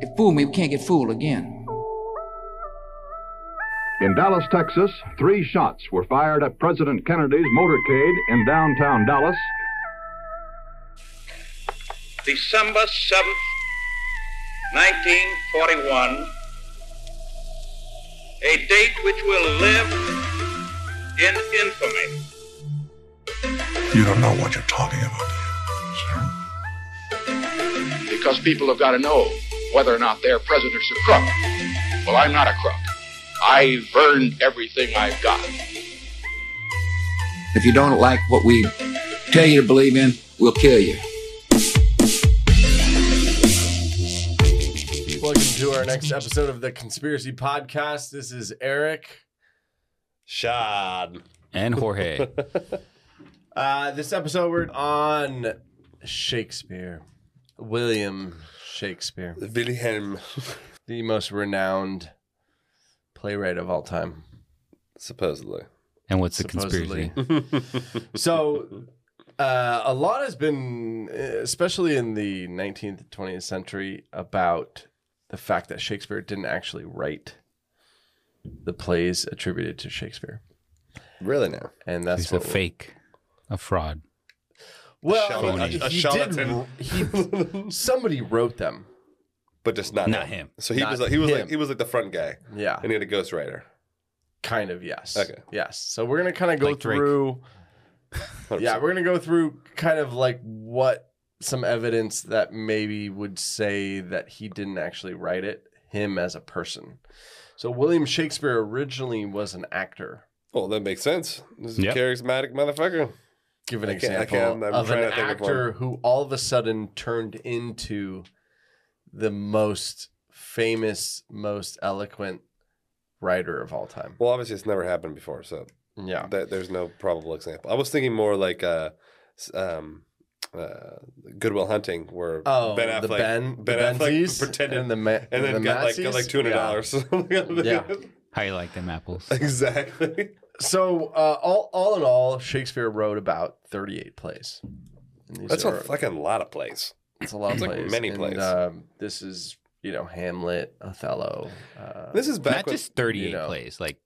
It fooled me. We can't get fooled again. In Dallas, Texas, three shots were fired at President Kennedy's motorcade in downtown Dallas. December 7th, 1941, a date which will live in infamy. You don't know what you're talking about, sir. Because people have got to know whether or not their president's a crook. Well, I'm not a crook. I've earned everything I've got. If you don't like what we tell you to believe in, we'll kill you. Welcome to our next episode of the Conspiracy Podcast. This is Eric. Shad. and Jorge. Uh, this episode we're on Shakespeare, William Shakespeare, Wilhelm. the most renowned playwright of all time. Supposedly. and what's the Supposedly. conspiracy? so uh, a lot has been uh, especially in the 19th 20th century about the fact that shakespeare didn't actually write the plays attributed to shakespeare Really now. and that's He's a what we- fake, a fraud. well uh, Charlatan- he, a he charlatan. did he, somebody wrote them But just not, Not him. So he Not was like he was him. like he was like the front guy. yeah And he had a ghostwriter. kind of yes Okay. yes so we're gonna kind of go Like Drake. through yeah 100%. we're gonna go through kind of like what some evidence that maybe would say that he didn't actually write it him as a person so william shakespeare originally was an actor Well, that makes sense. This is Yep. a charismatic motherfucker. give an I can't- I example can't- I'm of trying an to think of actor who all of a sudden turned into the most famous most eloquent writer of all time Well, obviously it's never happened before, so yeah that there's no probable example. I was thinking more like uh s- um uh Goodwill Hunting where Oh, the Ben, Ben, the Affleck Benzies pretended and the Ma- and then the got like got Massies? like two hundred Yeah. dollars. Yeah. How you like them apples? exactly. So uh, all all in all, Shakespeare wrote about thirty eight plays. And these That's are- a fucking lot of plays. it's a lot of it's like plays. many And, plays. Um, this is you know Hamlet, Othello. Uh, This is back Not when, just 38 you know, plays, like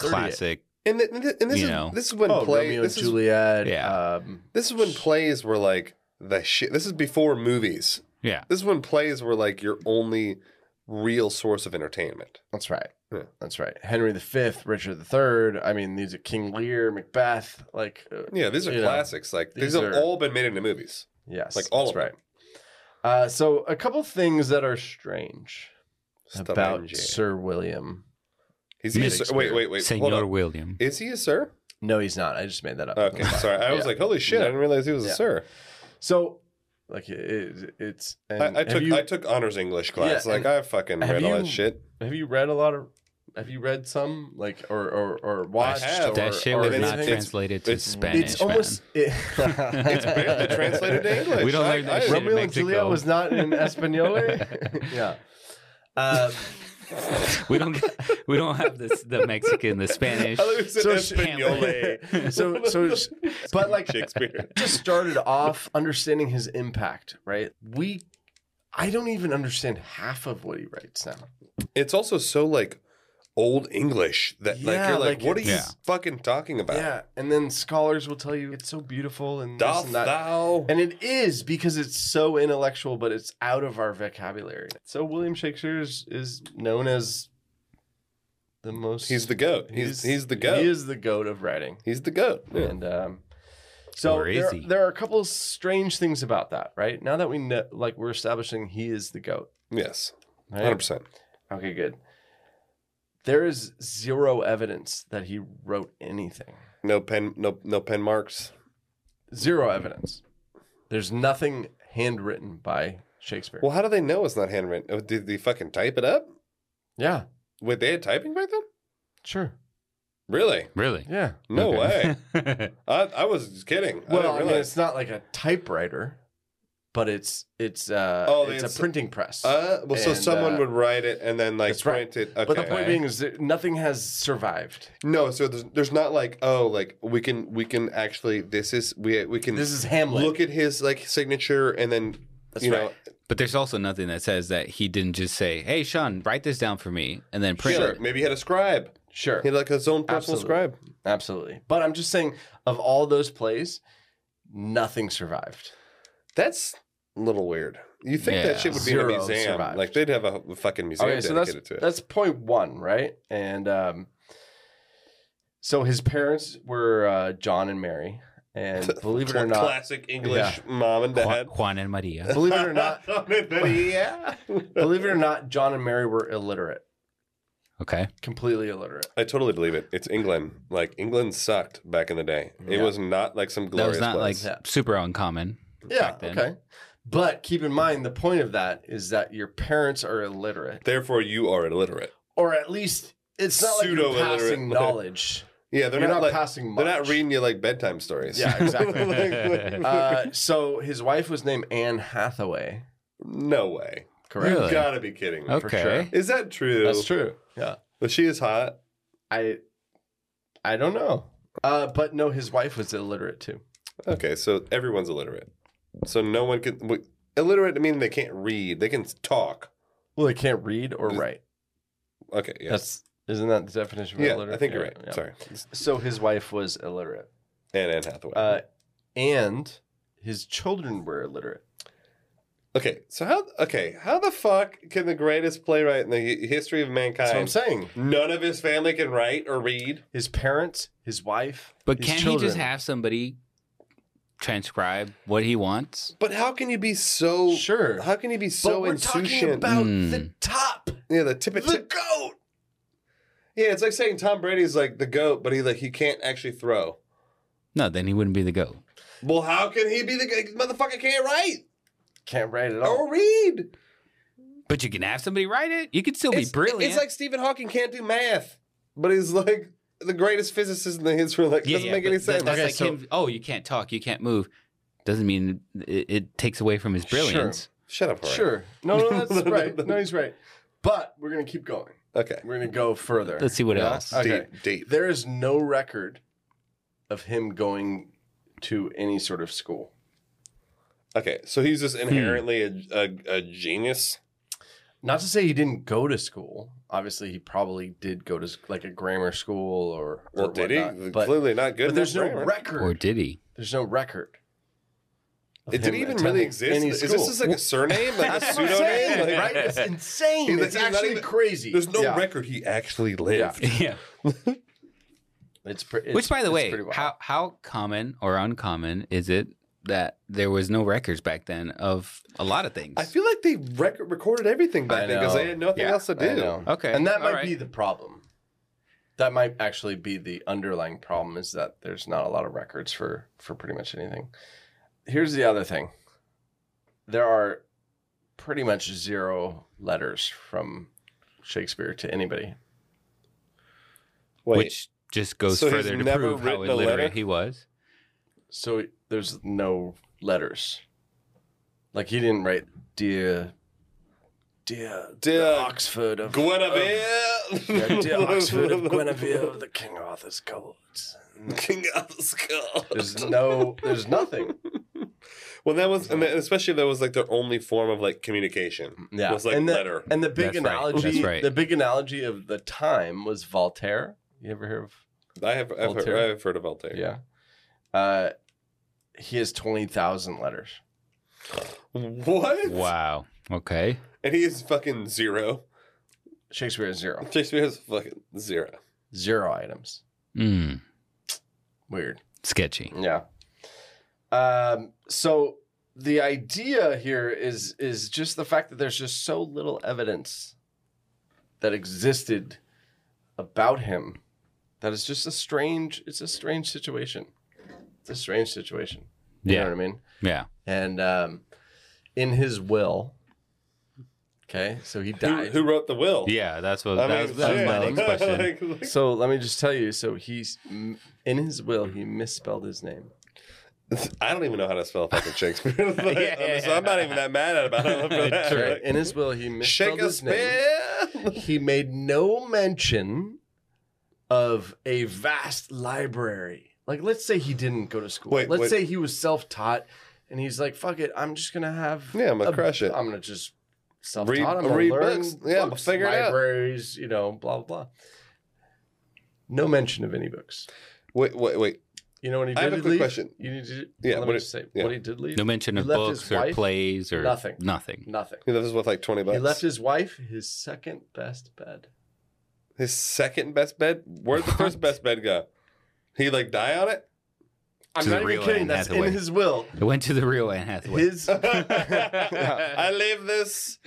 38. classic. and, th- and th- and this you is know. this is when oh, play, Romeo and this is Juliet. yeah. Um, This is when plays were like the shit. This is before movies. Yeah. This is when plays were like your only real source of entertainment. that's right. Yeah. That's right. Henry V, Richard III. I mean, these are King Lear, Macbeth. Like uh, Yeah, these are Yeah. classics. Like these, These have are- all been made into movies. yes, Like all that's of right. them. Uh, so a couple things that are strange Stuff about in jail. Sir William. Is he a Shakespeare. sir? Wait, wait, wait. Hold Senor on. William. Is he a sir? No, he's not. I just made that up. Okay, sorry. I was Yeah. like, holy shit! I No. didn't realize he was Yeah. a sir. So, like, it, it's. And I, I have took you- I took honors English class. Yeah, like and I fucking have read all that you- shit. Have you read a lot of? Have you read some like or or or watched? have. or- that shit was or it's- not anything? trans- translated to it's- it's Spanish. It's almost. It, It's barely translated to English. We don't I- learn that I- shit. in Romeo and Juliet Mexico. was not in Espanol. yeah. Uh, man. we don't get- we don't have this the Mexican, the Spanish. I thought he said So- Espanole. so so, but like Shakespeare. just started off understanding his impact, right? We, I don't even understand half of what he writes now. It's also so like old English that like Yeah, you're like, like, what are you it's- fucking talking about? Yeah, and then scholars will tell you it's so beautiful and this Doth and that. thou? And it is because it's so intellectual, but it's out of our vocabulary. So William Shakespeare is, is known as the most. He's the goat. He's he's the goat. He is the goat of writing. he's the goat. Yeah. And um, so Or is there, he? there are a couple of strange things about that, right? Now that we know, like we're establishing he is the goat. Yes, right? hundred percent. Okay, good. There is zero evidence that he wrote anything. No pen, no no pen marks. Zero evidence. There's nothing handwritten by Shakespeare. Well, how do they know it's not handwritten? Oh, did they fucking type it up? yeah, Wait, they had typing back then? sure. Really? really? Yeah. No way. way. I, I was just kidding. I Well, didn't I, mean, realize. it's not like a typewriter, but it's it's uh, Oh, it's, it's- a printing press. uh, well, so and, someone uh, would write it and then like that's right. print it. Okay. But the point being is that nothing has survived. no, so there's, there's not like oh like we can we can actually this is we we can This is Hamlet. look at his like signature and then That's you know right. But there's also nothing that says that he didn't just say, "Hey, Sean, write this down for me," and then print Sure. it. Maybe he had a scribe. Sure. He had like his own personal Absolutely. scribe. Absolutely. But I'm just saying, of all those plays, nothing survived. That's a little weird. You think Yeah. that shit would be in Zero a museum? survived. Like they'd have a fucking museum Okay, so that's dedicated to it. that's point one, right? And um, so his parents were uh, John and Mary, and believe it or not, classic English mom and Juan, dad. Juan and Maria. believe it or not, yeah. believe it or not, John and Mary were illiterate, Okay. completely illiterate. I totally believe it. It's England. Like England sucked back in the day. It Yeah. was not like some That glorious was not place. like super uncommon. Yeah. back then. Okay. But keep in mind, the point of that is that your parents are illiterate, Therefore, you are illiterate. or at least it's not like you're Pseudo-illiterate. passing knowledge. Yeah, they're You're not, not like, passing They're not much. reading you like bedtime stories. Yeah, exactly. Like, uh, so his wife was named Anne Hathaway. no way. Correct. Really? You gotta be kidding me. Okay. sure. Is that true? That's true. Yeah. But she is hot. I I don't know. Uh, but no, his wife was illiterate too. Okay, so everyone's illiterate. So no one can wait, illiterate. I mean, they can't read. They can talk. Well, they can't read or write. Okay, yeah, That's isn't that the definition of yeah. illiterate? I think you're Yeah, right. yeah. Sorry, So his wife was illiterate. and Anne Hathaway. Uh, and his children were illiterate. okay, so how? Okay, how the fuck can the greatest playwright in the hi- history of That's what I'm mankind? saying. None of his family can write or read. His parents, his wife, But his can he children. just have somebody transcribe what he wants? But how can you be so? Sure. How can you be But so we're talking insouciant? about Mm. the top, yeah, the tip of the tip. goat. Yeah, it's like saying Tom Brady's like the goat, but he like he can't actually throw. No, then he wouldn't be the goat. Well, how can he be the g- motherfucker? Can't write Can't write at all. or read. But you can have somebody write it. You could still be brilliant. It's like Stephen Hawking can't do math, but he's like the greatest physicist in the history. Like, doesn't make but any that- sense. That's Okay, like so- him, oh, you can't talk, you can't move. Doesn't mean it, it takes away from his brilliance. Shut up, Jorge. Oh, Sure. No, no, that's right. No, he's right. But we're gonna keep going. Okay. We're gonna go further. Let's see what Yeah. else. Okay. Deep, deep. There is no record of him going to any sort of school. Okay, so he's Hmm. just inherently a, a, a genius. Not to say he didn't go to school. Obviously, he probably did go to s- like a grammar school or, or Well, did he? whatnot, But, Clearly not good. but there's no enough grammar. record. Or did he? there's no record. of It did him he even attending really exist? any Is school. this just like a surname, like a That's what I'm pseudonym? saying, Like, right? It's He's insane. like- It's he's not actually even- crazy. There's no Yeah. record he actually lived. Yeah. It's, pre- it's Which, by the it's way, pretty wild. how how common or uncommon is it that there was no records back then of a lot of things? I feel like they rec- recorded everything I back then because know. they had nothing Yeah, else to I do. know. Okay, And that all might right. be the problem. That might actually be the underlying problem is that there's not a lot of records for for pretty much anything. Here's the other thing. There are pretty much zero letters from Shakespeare to anybody. Wait, which just goes So he's further to never prove how written a letter? illiterate he was. So there's no letters. Like he didn't write dear dear Dear Oxford of Guinevere. of- yeah, dear Oxford of Guinevere of the King Arthur's court. King of the Skull. There's no, there's nothing. Well, that was, and that- especially that was like their only form of like communication. Yeah, was like and the, letter. And the big That's right. analogy, That's right. the big analogy of the time was Voltaire. You ever hear of? I have, I've heard, Voltaire. I've heard of Altair. Yeah, uh, he has twenty thousand letters. What? Wow. Okay. And he is fucking zero. Shakespeare has zero, Shakespeare is fucking zero. zero items. Mm, Weird. sketchy. Yeah. Um. So the idea here is is just the fact that there's just so little evidence that existed about him that it's just a strange it's a strange situation it's a strange situation you Yeah. know what i mean Yeah. and um in his will okay so he Who, died who wrote the will? Yeah. That's what I that, mean, was, that was my shit. next question. Like, like- so let me just tell you so he's in his will he misspelled his name I don't even know how to spell fucking Shakespeare. Like, Yeah, yeah, so I'm not even that mad about it. For that. Sure. Like, in his will he misspelled his name Shakespeare. he made no mention of a vast library. Like, let's say he didn't go to school. Wait, let's wait. say he was self taught and he's like, "Fuck it, I'm just gonna have Yeah, I'm gonna a- crush it. I'm gonna just self-taught. I'm gonna read learn books. Yeah, I'ma figure it out." libraries, you know, blah blah blah." No mention of any books. Wait, wait, wait. You know what he did? I have a leave? quick question. You need to. Yeah, let what me it- just say yeah. what he did leave. No mention He of left his books or wife, plays or nothing. Nothing. Nothing. Yeah, This was like twenty bucks. He left his wife his second best bed. His second best bed. Where'd the first What? best bed go? He like die on it. I'm To the not even real kidding. Anne That's Hathaway. in his will. It went to the real Anne Hathaway. His. I leave this.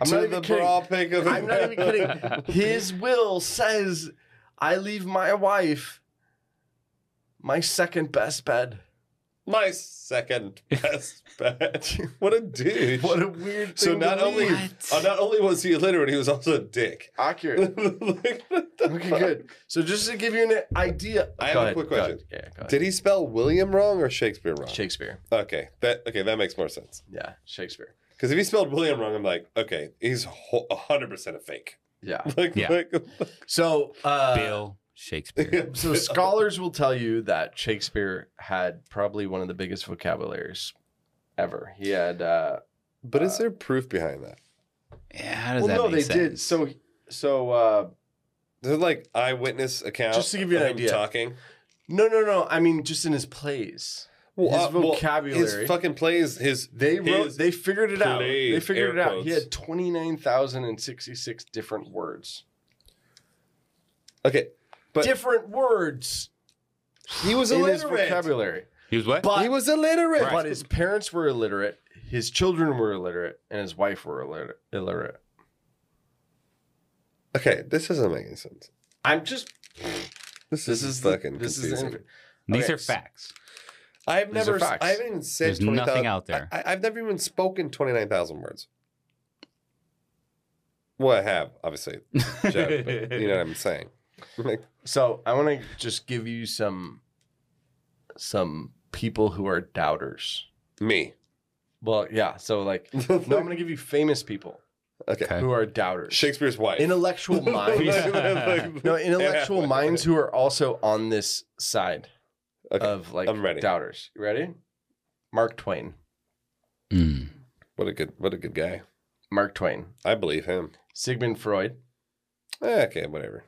I'm To not the the king. bra pick of. I'm not even kidding. His will says, "I leave my wife my second best bed." My second best bed. What a dude. What a weird. Thing so not to only leave. What? uh, not only was he illiterate, he was also a dick. accurate. Like, what the Okay, fuck? good. So just to give you an idea, I have Go a ahead, quick go question. ahead. Yeah, go ahead. Did he spell William wrong or Shakespeare wrong? Shakespeare? Okay, that okay that makes more sense. Yeah, Shakespeare. Because if he spelled William wrong, I'm like, okay, he's hundred percent a fake. Yeah. Like, Yeah. like So uh, Bill Shakespeare. So scholars will tell you that Shakespeare had probably one of the biggest vocabularies ever. He had. Uh, But is there proof behind that? yeah, how does well, that no, make they sense? did. So so. Uh, There's like eyewitness accounts. Just to give you an of him idea. talking. No, no, no. I mean, just in his plays. uh, his vocabulary. his fucking plays. His they wrote. his- they figured it out. They plays, figured it air out. He quotes. had twenty nine thousand and sixty six different words. okay. But- different words He was in his illiterate. vocabulary. He was what? But He was illiterate. but his parents were illiterate. His children were illiterate, and his wife were illiterate. illiterate. Okay, this doesn't make any sense. I'm just. This, This is is fucking this is confusing. inf- These okay, are facts. I've These never. are facts. I haven't even said There's 20,000 nothing out there. I, have never even spoken twenty nine thousand words. Well, I have obviously. Jeff, but you know what I'm saying? Like, So I want to just give you some some people who are doubters. me. Well, yeah. So like, no, I'm going to give you famous people Okay. Okay. who are doubters. Shakespeare's wife. intellectual minds. no, intellectual Yeah. minds who are also on this side Okay, of like I'm ready. doubters. You ready? Mark Twain. Mm. What a good, what a good guy. Mark Twain. I believe him. Sigmund Freud. Eh, Okay, whatever.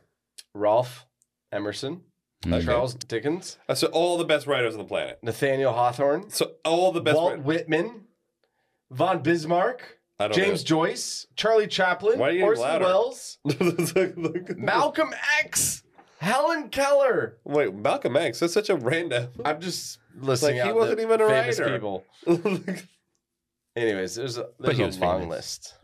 Ralph Emerson. Mm. Charles Dickens. Uh, So all the best writers on the planet. Nathaniel Hawthorne. So all the best. Walt writ- Whitman. Von Bismarck. I don't James Joyce. Charlie Chaplin. Why are you getting Orson louder? Welles. Mal- Malcolm X. Helen Keller. Wait, Malcolm X. That's such a random. I'm just listening. Like, he out wasn't the even a famous writer. People. Anyways, there's a, there's he a was long famous. list.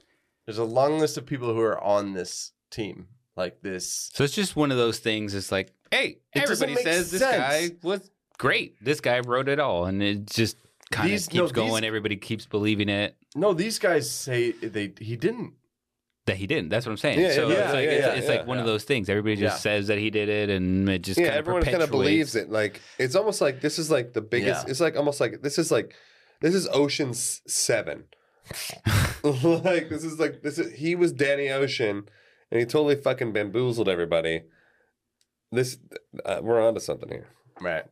There's a long list of people who are on this team, like this. So it's just one of those things. It's like, hey, It doesn't everybody make says this sense. guy was great. This guy wrote it all, and it just kind of These- keeps no, going. these- Everybody keeps believing it No, these guys say they he didn't. that he didn't. That's what I'm saying. Yeah, so yeah, it's like yeah, it's, yeah, it's yeah, like one of those things. Everybody just Yeah. says that he did it, and it just yeah, kind of everyone kind of believes it. Like it's almost like this is like the biggest. Yeah. It's like almost like this is like this is Ocean's Seven. like this is like this is he was Danny Ocean, and he totally fucking bamboozled everybody. This uh, we're onto something here. Right.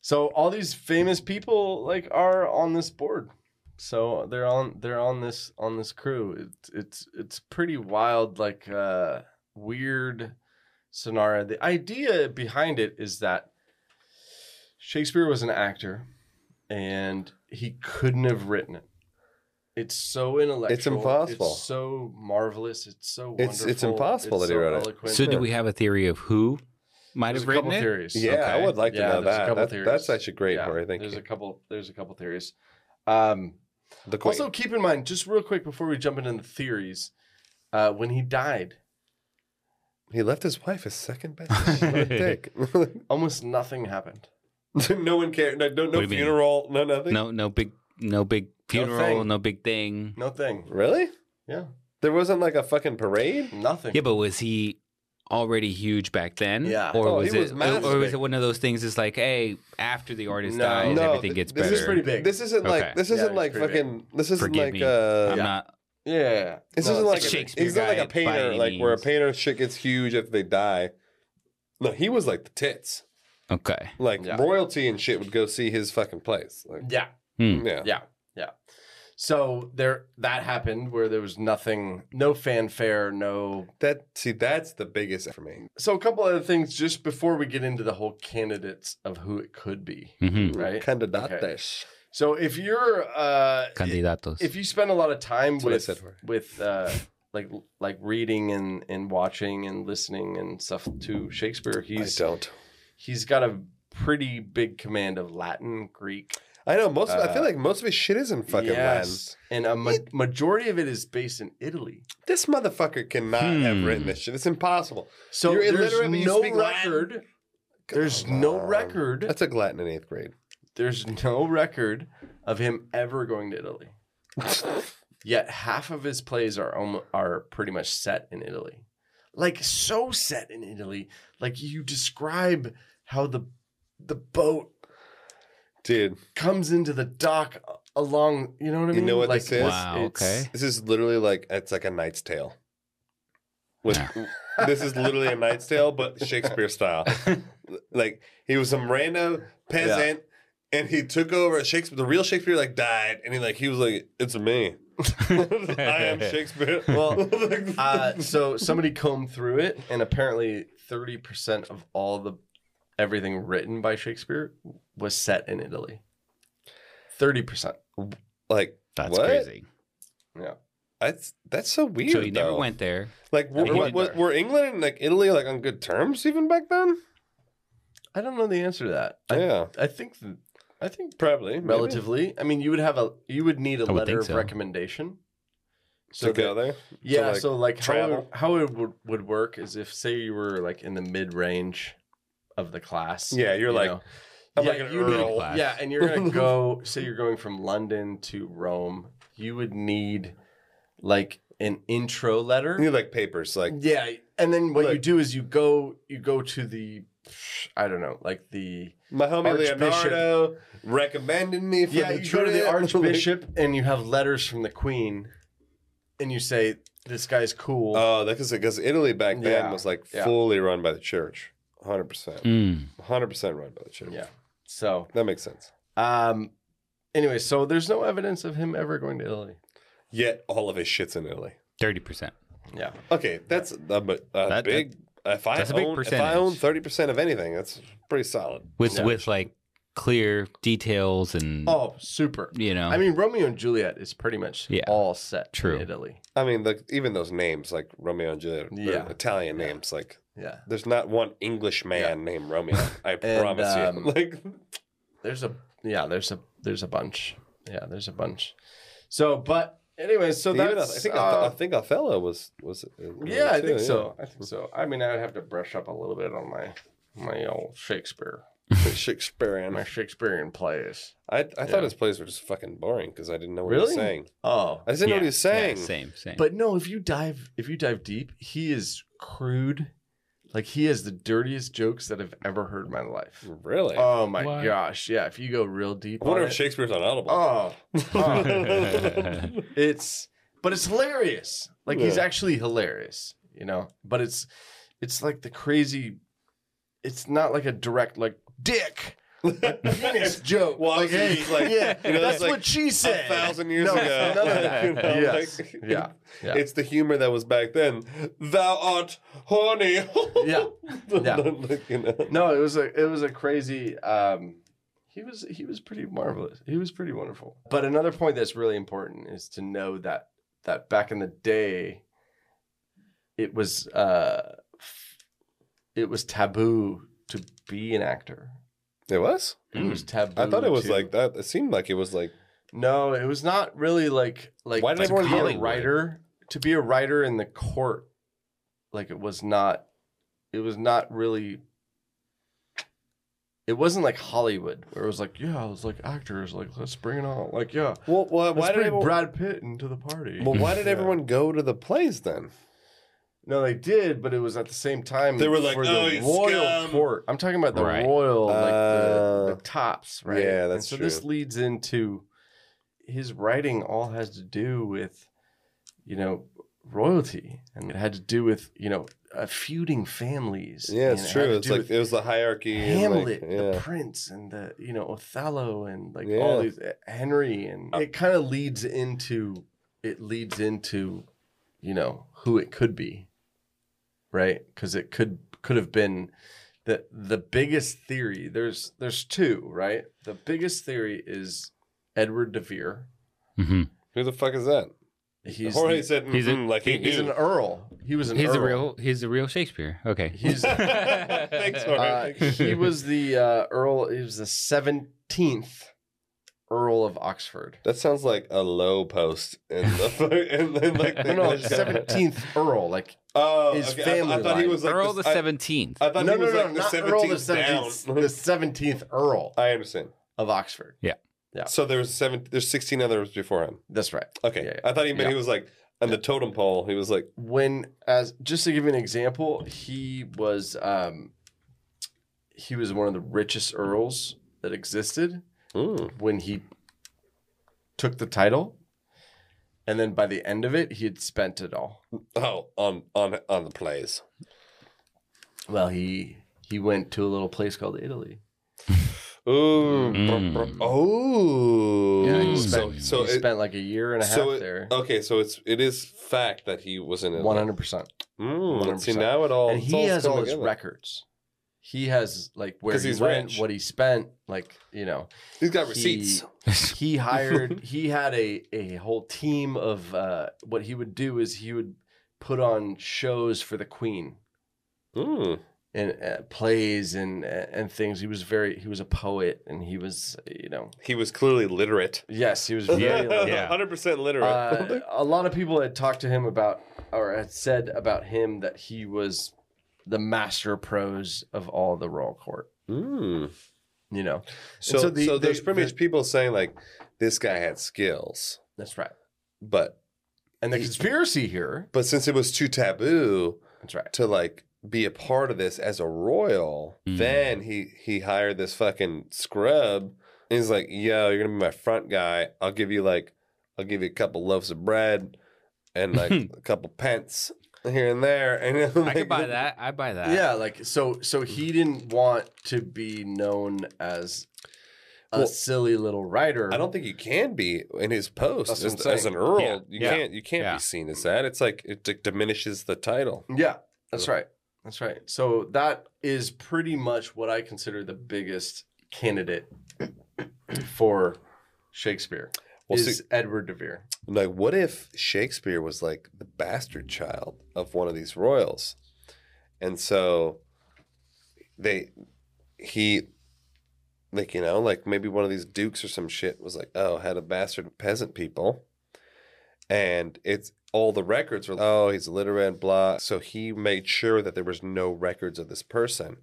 So all these famous people like are on this board. So they're on they're on this on this crew. It's it's it's pretty wild, like uh weird scenario. The idea behind it is that Shakespeare was an actor and he couldn't have written it. It's so intellectual. impossible. It's so marvelous. It's so wonderful. It's- it's impossible it's that he wrote it. eloquent. So do we have a theory of who might There's have a couple written it? theories. Yeah, I Okay. would like to Yeah, know there's a that. couple that theories. that's actually great, Yeah, Corey. Thank there's you. a couple. There's a couple theories. Um, the queen. also, keep in mind, just real quick before we jump into the theories, uh, when he died, he left his wife his second best. What a dick. almost nothing happened. no one cared. No, no, do no you mean? funeral. No nothing. No, no big, no big funeral, no, thing. big thing. No thing. Really? Yeah, There wasn't like a fucking parade. nothing. Yeah, but was he already huge back then? Yeah. or Oh, was he it, was massive or was big. it one of those things? It's like, hey, after the artist No, dies, no, everything th- gets this better. is It's pretty big. This isn't Okay. like this isn't Yeah, like it's pretty fucking this isn't Forgive like me. uh I'm not. yeah, this No, isn't like it's- Shakespeare He's not like guy a by painter any like where a means. painter shit gets huge after they die. No, he was like the tits. Okay. Like Yeah. royalty and shit would go see his fucking place. Like yeah. Hmm. Yeah. Yeah, yeah. So there, that happened where there was nothing, no fanfare, no. That see, that's the biggest for me. So a couple other things just before we get into the whole candidates of who it could be, Mhm. right? Candidates. So if you're, uh, Candidatos. if you spend a lot of time That's what I with said for it. with uh, like like reading and and watching and listening and stuff to Shakespeare, he's I don't. he's got a pretty big command of Latin, Greek, I know most. of, I feel Uh, like most of his shit is in fucking yes. and a ma- majority of it is based in Italy. Latin. This motherfucker cannot have Hmm. written this shit. It's impossible. So You're there's illiterate, but you no speak Latin? record. There's Come no on. record. I took Latin in eighth grade. There's no record of him ever going to Italy. Yet half of his plays are almo are pretty much set in Italy. Like so set in Italy. Like you describe how the the boat Dude, comes into the dock along, you know what I You mean? know what like, this is? Wow, okay. this is literally like it's like a knight's tale. With, this is literally a knight's tale, but Shakespeare style. like he was some random peasant and he took over Shakespeare the real Shakespeare like died and he like he was like, It's me. I am Shakespeare. Well, Uh, so somebody combed through it and apparently 30% of all the everything written by Shakespeare was set in Italy. 30%. like That's what? crazy. Yeah. that's that's so weird. so he never though. went there. Like were, he were- went were- there. were England and like Italy like on good terms even back then? I don't know the answer to that. I, yeah, I think th- I think probably. maybe. relatively. I mean, you would have a you would need a I would letter think of so. recommendation. to go there. yeah, like, so like how it, travel. how it would, would work is if say you were like in the mid range of the class. Yeah, you're you like, know. I'm like an you need- earl. yeah, and you're gonna go. Say you're going from London to Rome, you would need like an intro letter. You need like papers, like Yeah, and then what you Look. do is you go you go to the I don't know, like the my homie Archbishop. Leonardo recommended me for yeah. the You go to the trip. archbishop and you have letters from the queen, and you say this guy's cool. oh, that's because Italy back then Yeah, was like yeah. fully run by the church, hundred percent, Mm. hundred percent run by the church. yeah. So, that makes sense. um, anyway, so there's no evidence of him ever going to Italy. Yet all of his shit's in Italy. 30%. Yeah. Okay, that's a, a that- big. if I that's a big own, if I percentage. own thirty percent of anything, that's pretty solid. With, Yeah. with like clear details and, Oh, super. you know. I mean, Romeo and Juliet is pretty much Yeah. all set True. in Italy. I mean, the, even those names like Romeo and Juliet, they're Yeah. Italian Yeah. names. Like, Yeah. there's not one English man named Romeo. I And, promise um, you. Like, There's a yeah. There's a there's a bunch. Yeah. There's a bunch. So, but anyway, so Even that's I think uh, I think Othello was was. Yeah, I think so. I think so. I mean, I'd have to brush up a little bit on my my old Shakespeare, Shakespearean. my Shakespearean plays. I I Yeah. thought his plays were just fucking boring because I didn't know what he was Really? saying. Oh, I just didn't know what he Yeah, was saying. Yeah, same, same. but no, if you dive if you dive deep, he is crude. Like he has the dirtiest jokes that I've ever heard in my life. Really? Oh my What? gosh! Yeah, if you go real deep, I wonder on if it- Shakespeare's on Audible. oh, oh, oh. it's but it's hilarious. Like he's Yeah. actually hilarious, you know. But it's it's like the crazy. It's not like a direct like dick. penis joke. Well, I like, was gonna hey, use, like- yeah, you know, that's it's like what she a said. thousand years No, ago. none of that. You know, Yes. like- yeah, yeah. It's the humor that was back then. Thou art horny. Yeah. Yeah. Like, you know. no, it was a it was a crazy. Um, he was he was pretty marvelous. He was pretty wonderful. But another point that's really important is to know that that back in the day, it was uh, it was taboo to be an actor. It was. It was taboo. Hmm. I thought it was to- like that. It seemed like it was like No, it was not really like like Why did to everyone be a Hollywood? writer to be a writer in the court. Like it was not it was not really it wasn't like Hollywood where it was like, yeah, it was like actors, like let's bring it on. Like, yeah. well, well Let's why did bring everyone, Brad Pitt into the party. well why did Yeah. everyone go to the plays then? No, they did, but it was at the same time They were like, for "Oh, the you royal scum." court. I'm talking about the Right. royal, like the, Uh, the tops, right? yeah, And that's so this true. leads into his writing. All has to do with, you know, royalty, and it had to do with you know uh, feuding families. Yeah, and it's it had true. to It's do like with it was the hierarchy. and, like, Hamlet, yeah. the Prince, and the you know Othello, and like all Yeah. these eh, Henry, and Uh, it kind of leads into it leads into you know who it could be, right? Because it could could have been the the biggest theory. There's there's two, right? The biggest theory is Edward De Vere. hmm Who the fuck is that? He's Jorge the- said, he's a- "Mm, like he he's an knew." earl. He was an He's a earl. real he's a real Shakespeare. Okay. He's Thanks, Jorge. Uh, he was the uh, Earl. He was the seventeenth Earl of Oxford. That sounds like a low post in the in, in like No, the no, English- seventeenth Earl. Like Oh, His okay. family I, I thought he line. was like Earl the this- I- seventeenth. I, no, thought no, he was no, like the not Earl the seventeenth seventeenth. down. The seventeenth Earl I understand. of Oxford. Yeah. So there was seven. There's sixteen others before him. That's right. Okay, Yeah, yeah. I thought he meant Yeah. he was like on the totem pole. He was like, When, as just to give you an example, he was um, he was one of the richest earls that existed. mm, when he took the title. And then by the end of it, he had spent it all. oh, on on on the plays. Well, he he went to a little place called Italy. Ooh, Mm. br- br- oh, Hmm. Yeah, he so spent, so he it, spent like a year and a so half it- Oh, there. okay, so it's it is fact that he was in it. One hundred percent. Mm, see 100%. now it all And it's he has come all his together. records. He has like where 'Cause he he's went, rich. what he spent, like you know. He's got He- receipts. he hired he had a a whole team of uh what he would do is he would put on shows for the queen Mm. and uh, plays and uh, and things. He was very he was a poet and he was you know He was clearly literate. yes he was very yeah. hundred percent literate. uh, a lot of people had talked to him about or had said about him that he was the master of prose of all the royal court. Mm. You know So, so so, the- the- there's pretty much the- people saying like, this guy had skills, that's right. but And the He- conspiracy here but since it was too taboo that's right. to like be a part of this as a royal, Mm. then he he hired this fucking scrub. And he's like, yo, you're gonna be my front guy. I'll give you like, I'll give you a couple loaves of bread and like a couple pence here and there. And I could buy that. I buy that. Yeah, like so so he didn't want to be known as a Well, silly little writer. I don't think you can be in his That's post what as, I'm as saying. an earl. Yeah. You Yeah. can't you can't Yeah. be seen as that. It's like it d- diminishes the title. Yeah, that's right. That's right. So that is pretty much what I consider the biggest candidate for Shakespeare Well, is see- Edward de Vere. Like, what if Shakespeare was like the bastard child of one of these royals, and so they he like you know like maybe one of these dukes or some shit was like oh had a bastard peasant people, and it's all the records were oh he's illiterate and blah. So he made sure that there was no records of this person.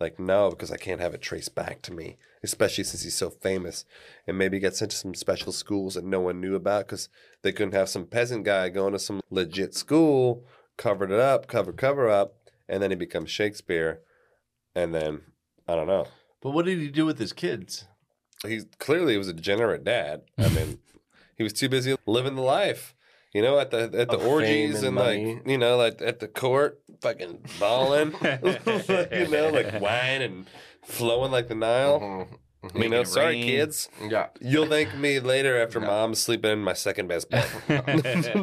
Like no, because I can't have it traced back to me, especially since he's so famous, and maybe he got sent to some special schools that no one knew about because they couldn't have some peasant guy going to some legit school, covered it up, cover cover up, and then he becomes Shakespeare, and then I don't know. But what did he do with his kids? He clearly was a degenerate dad. I mean, he was too busy living the life, you know, at the at the Of fame orgies and and, money. like you know, like at the court, fucking balling, you know, like wine and flowing like the Nile. Mm-hmm. You Making know, it sorry rain. kids. Yeah. You'll thank me later after mom's sleeping in my second best bed.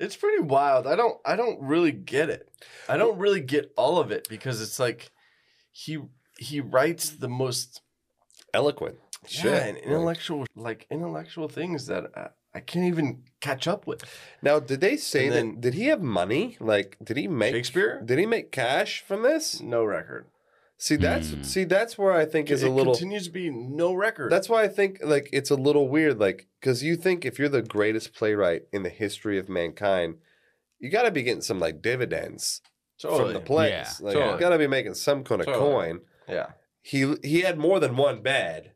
It's pretty wild. I don't I don't really get it. I don't really get all of it because it's like he he writes the most Eloquent. yeah, and Like- intellectual like intellectual things that I, I can't even catch up with. now, did they say And then- that? Did he have money? Like, did he make? Shakespeare? Did he make cash from this? No record. See, that's Hmm. see, that's where I think is it a little. continues to be no record. That's why I think like it's a little weird, like because you think if you're the greatest playwright in the history of mankind, you got to be getting some like dividends Totally. from the plays. Yeah, like totally. you got to be making some kind of Totally. coin. yeah. He he had more than one bed,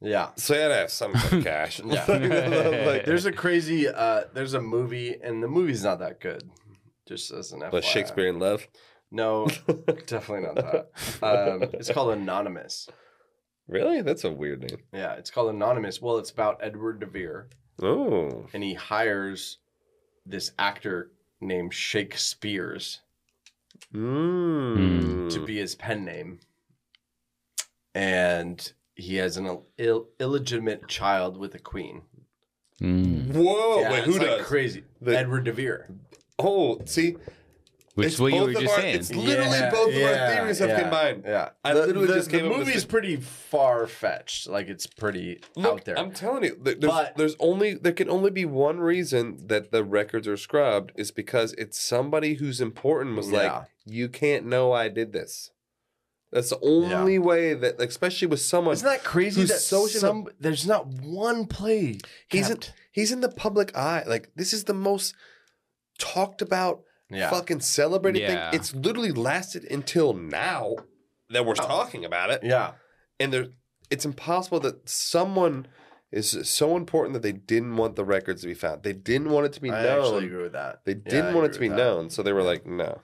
Yeah. so he had to have some kind of cash. Yeah. like, There's a crazy uh there's a movie and the movie's not that good. Just as an FYI. the Shakespeare in Love. No, definitely not that. Um, it's called Anonymous. Really, that's a weird name. Yeah, it's called Anonymous. Well, it's about Edward De Vere, Oh, and he hires this actor named Shakespeare's Mm. to be his pen name, and he has an Ill- Ill- illegitimate child with a queen. Mm. Whoa! Yeah, Oh, wait, who it's, like, does? crazy? The- Edward De Vere. oh, see, Which It's is what you both were of just our- saying. it's- Literally both of our theories have combined. Yeah, I The- literally the- just came The up with movie's this- pretty far fetched. Like it's pretty look, out there. I'm telling you, th- there's, But- there's only there can only be one reason that the records are scrubbed is because it's somebody who's important was Yeah. like, you can't know I did this. That's the only way that, like, especially with someone. Isn't that crazy? who's That so- some, there's not one play. he's in, kept. he's in the public eye. Like, this is the most talked about, Yeah. fucking celebrated Yeah. thing. It's literally lasted until now that Oh. we're talking about it. Yeah. and there it's impossible that someone is so important that they didn't want the records to be found. They didn't want it to be I known. actually agree with that. They Yeah, didn't I want it agree to be with that. known, so they were like, "No."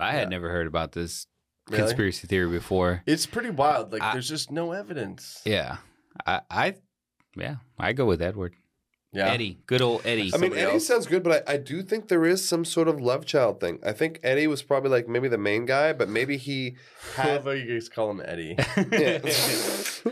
I had Yeah. never heard about this Really? conspiracy theory before. It's pretty wild. Like I- there's just no evidence. Yeah. I, I yeah, I go with Edward. Yeah. Eddie. Good old Eddie. I mean, Somebody Eddie else? sounds good, but I, I do think there is some sort of love child thing. I think Eddie was probably like maybe the main guy, but maybe he I had. love how you guys call him Eddie. Yeah.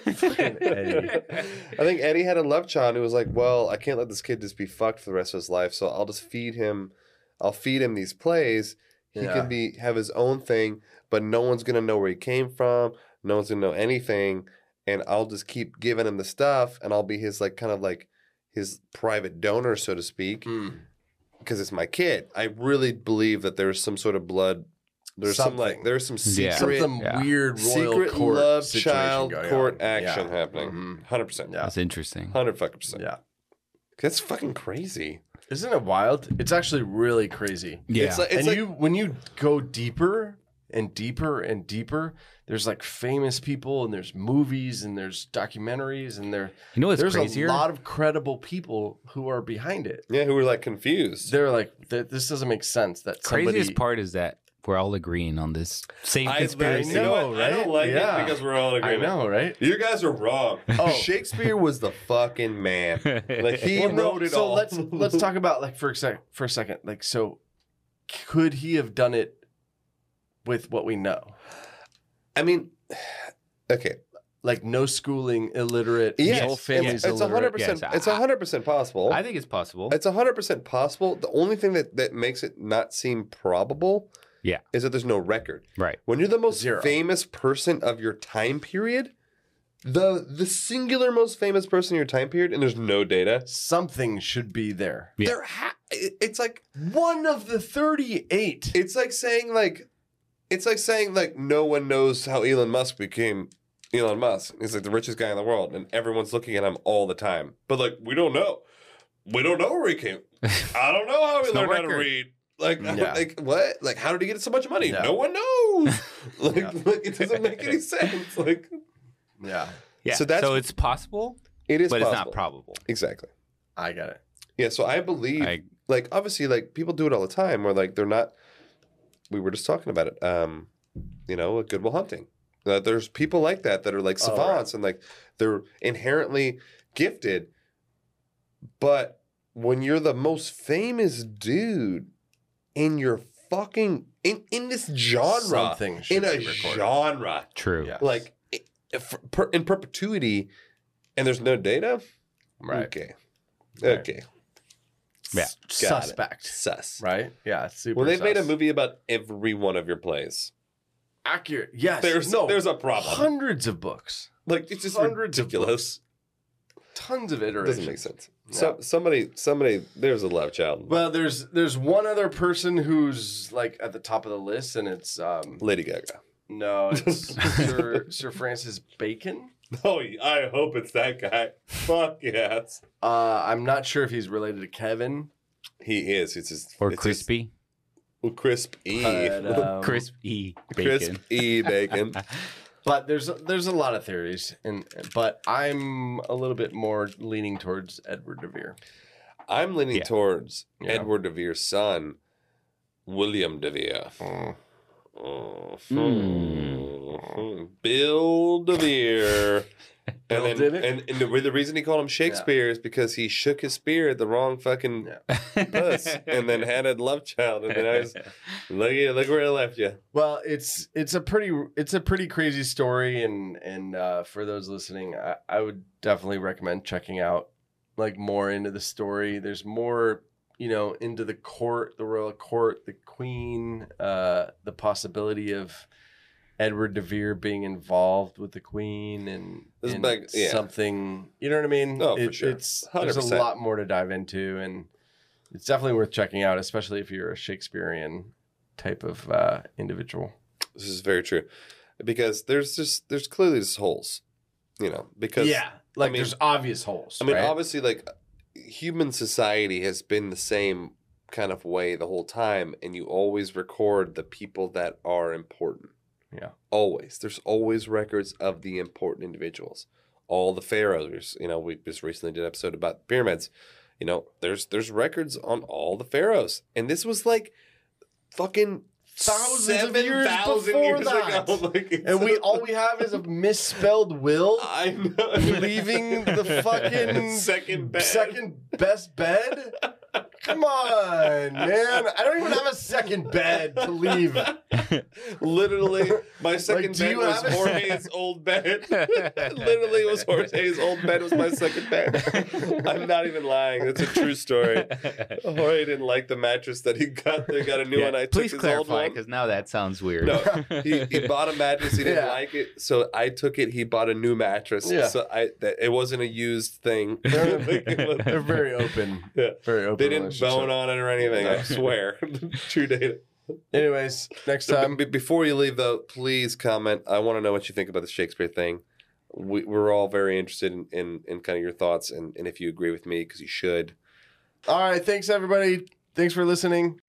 Eddie. I think Eddie had a love child who was like, "Well, I can't let this kid just be fucked for the rest of his life, so I'll just feed him. I'll feed him these plays. He Yeah. can be have his own thing, but no one's gonna know where he came from. No one's gonna know anything, and I'll just keep giving him the stuff, and I'll be his like kind of like his private donor, so to speak, Mm. because it's my kid. I really believe that there's some sort of blood. There's some like Something. there's some secret Yeah. Some Yeah. weird royal secret court love situation child going court on. action Yeah. happening. Mhm. 100 percent. Yeah. That's interesting. Hundred fucking percent. Yeah. That's fucking crazy. Isn't it wild? It's actually really crazy. Yeah. It's like, it's and like you when you go deeper and deeper and deeper, there's like famous people and there's movies and there's documentaries and there you know what's there's crazier? a lot of credible people who are behind it. yeah, who were like confused. They're like, "Th- this doesn't make sense. That Craziest somebody, part is that we're all agreeing on this same conspiracy. I know, right? Yeah. we're all in I know, right? You guys are wrong. Oh. Shakespeare was the fucking man. Like he Well, no, wrote it so all. let's let's talk about like for a sec for a second. Like, so could he have done it with what we know? I mean, okay. Like, no schooling, illiterate, Yes, no it's family's it's illiterate. hundred percent. Yes, I- It's hundred percent possible. I think it's possible. It's hundred percent possible. The only thing that that makes it not seem probable, Yeah. is that there's no record. right. When you're the most Zero. famous person of your time period, the the singular most famous person in your time period, and there's no data. Something should be there. Yeah. There, ha- it- it's like One of the thirty-eight. it's like saying like, it's like saying like no one knows how Elon Musk became Elon Musk. He's like the richest guy in the world, and everyone's looking at him all the time. But like we don't know, we don't know where he came. I don't know how he It's no learned how to record. read. Like, Yeah. like what? Like, how did he get so much money? Yeah. No one knows. Like, Yeah. like, it doesn't make any sense. Like, Yeah, Yeah. So, So that's- it's possible, it is, but possible. it's not probable. Exactly. I got it. Yeah. So I believe, I- like, obviously, like people do it all the time, where like they're not. We were just talking about it. Um, you know, at Goodwill Hunting, that there's people like that that are like Oh, right. savants and like they're inherently gifted, but when you're the most famous dude in your fucking in in this genre, Something should in a be recorded. genre, True. Yeah. like i- if- per- in perpetuity, and there's no data. Right. Okay. Right. Okay. Yeah. Got it. Suspect. Sus. Right? Yeah. it's Super Well, they've made a sus. movie about every one of your plays. Accurate. Yes. There's no. there's a problem. hundreds of books. like it's just hundreds of ridiculous. Tons of It iterations. doesn't make sense. So somebody somebody there's a love child. Well, there's there's one other person who's like at the top of the list, and it's um Lady Gaga. no, it's Sir Sir Francis Bacon. Oh, I hope it's that guy. Fuck yes. Uh, I'm not sure if he's related to Kevin. He is. It's just Or it's just- crispy. Well, crisp E. But, uh, um, Crisp E. Bacon. Crisp E bacon. but there's there's a lot of theories, and but I'm a little bit more leaning towards Edward De Vere. I'm leaning Yeah. towards Yeah. Edward De Vere's son, William De Vere. Mm. Oh. Mm. Mm-hmm. Bill DeVere. Bill and then, did it? and, and the, the reason he called him Shakespeare is because he shook his spear at the wrong fucking puss and then had a love child. And then I was, look, at, look where it left you. Well, it's it's a pretty it's a pretty crazy story, and and uh, for those listening, I, I would definitely recommend checking out like more into the story. There's more, you know, into the court, the royal court, the queen, uh, the possibility of Edward De Vere being involved with the queen, and, This is and back- yeah. something. You know what I mean? Oh, for It- sure. It's there's a 100%. lot more to dive into, and it's definitely worth checking out, especially if you're a Shakespearean type of uh, individual. This is very true. Because there's just, there's clearly just holes, you know, because like I mean- there's obvious holes. I mean, right? obviously, like human society has been the same kind of way the whole time, and you always record the people that are important. Yeah. always. There's always records of the important individuals. All the pharaohs. You know, we just recently did an episode about pyramids. You know, there's there's records on all the pharaohs, and this was like fucking Thousands of 7,000 years before that. Like, it's and we a- all we have is a misspelled will I know. leaving the fucking second best. second best bed. Come on, man! I don't even have a second bed to leave. Literally, my second do bed you was have a- Jorge's old bed. Literally, it was Jorge's old bed was my second bed. I'm not even lying. That's a true story. Jorge didn't like the mattress that he got. They got a new Yeah. one. I Please took his old clarify, one. because now that sounds weird. No, he, he bought a mattress. He didn't Yeah. like it, so I took it. He bought a new mattress. Yeah. So I that, it wasn't a used thing. They're, they're they very open. Yeah. Very open. didn't relationship. bone on it or anything. I No. swear, true data. Anyways, next So time. be- before you leave, though, please comment. I want to know what you think about the Shakespeare thing. We, we're all very interested in, in, in kind of your thoughts and, and if you agree with me, because you should. All right. Thanks, everybody. Thanks for listening.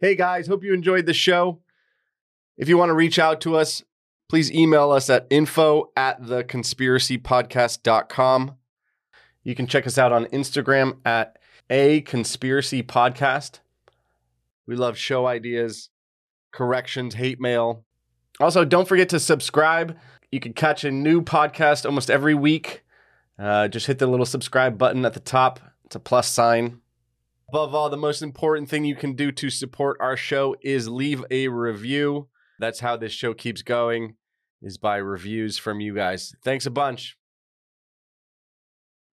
Hey, guys. Hope you enjoyed the show. If you want to reach out to us, please email us at info at theconspiracypodcast.com. You can check us out on Instagram at a conspiracy podcast. We love show ideas, corrections, hate mail. Also, don't forget to subscribe. You can catch a new podcast almost every week. Uh, just hit the little subscribe button at the top. It's a plus sign. Above all, the most important thing you can do to support our show is leave a review. That's how this show keeps going, is by reviews from you guys. Thanks a bunch.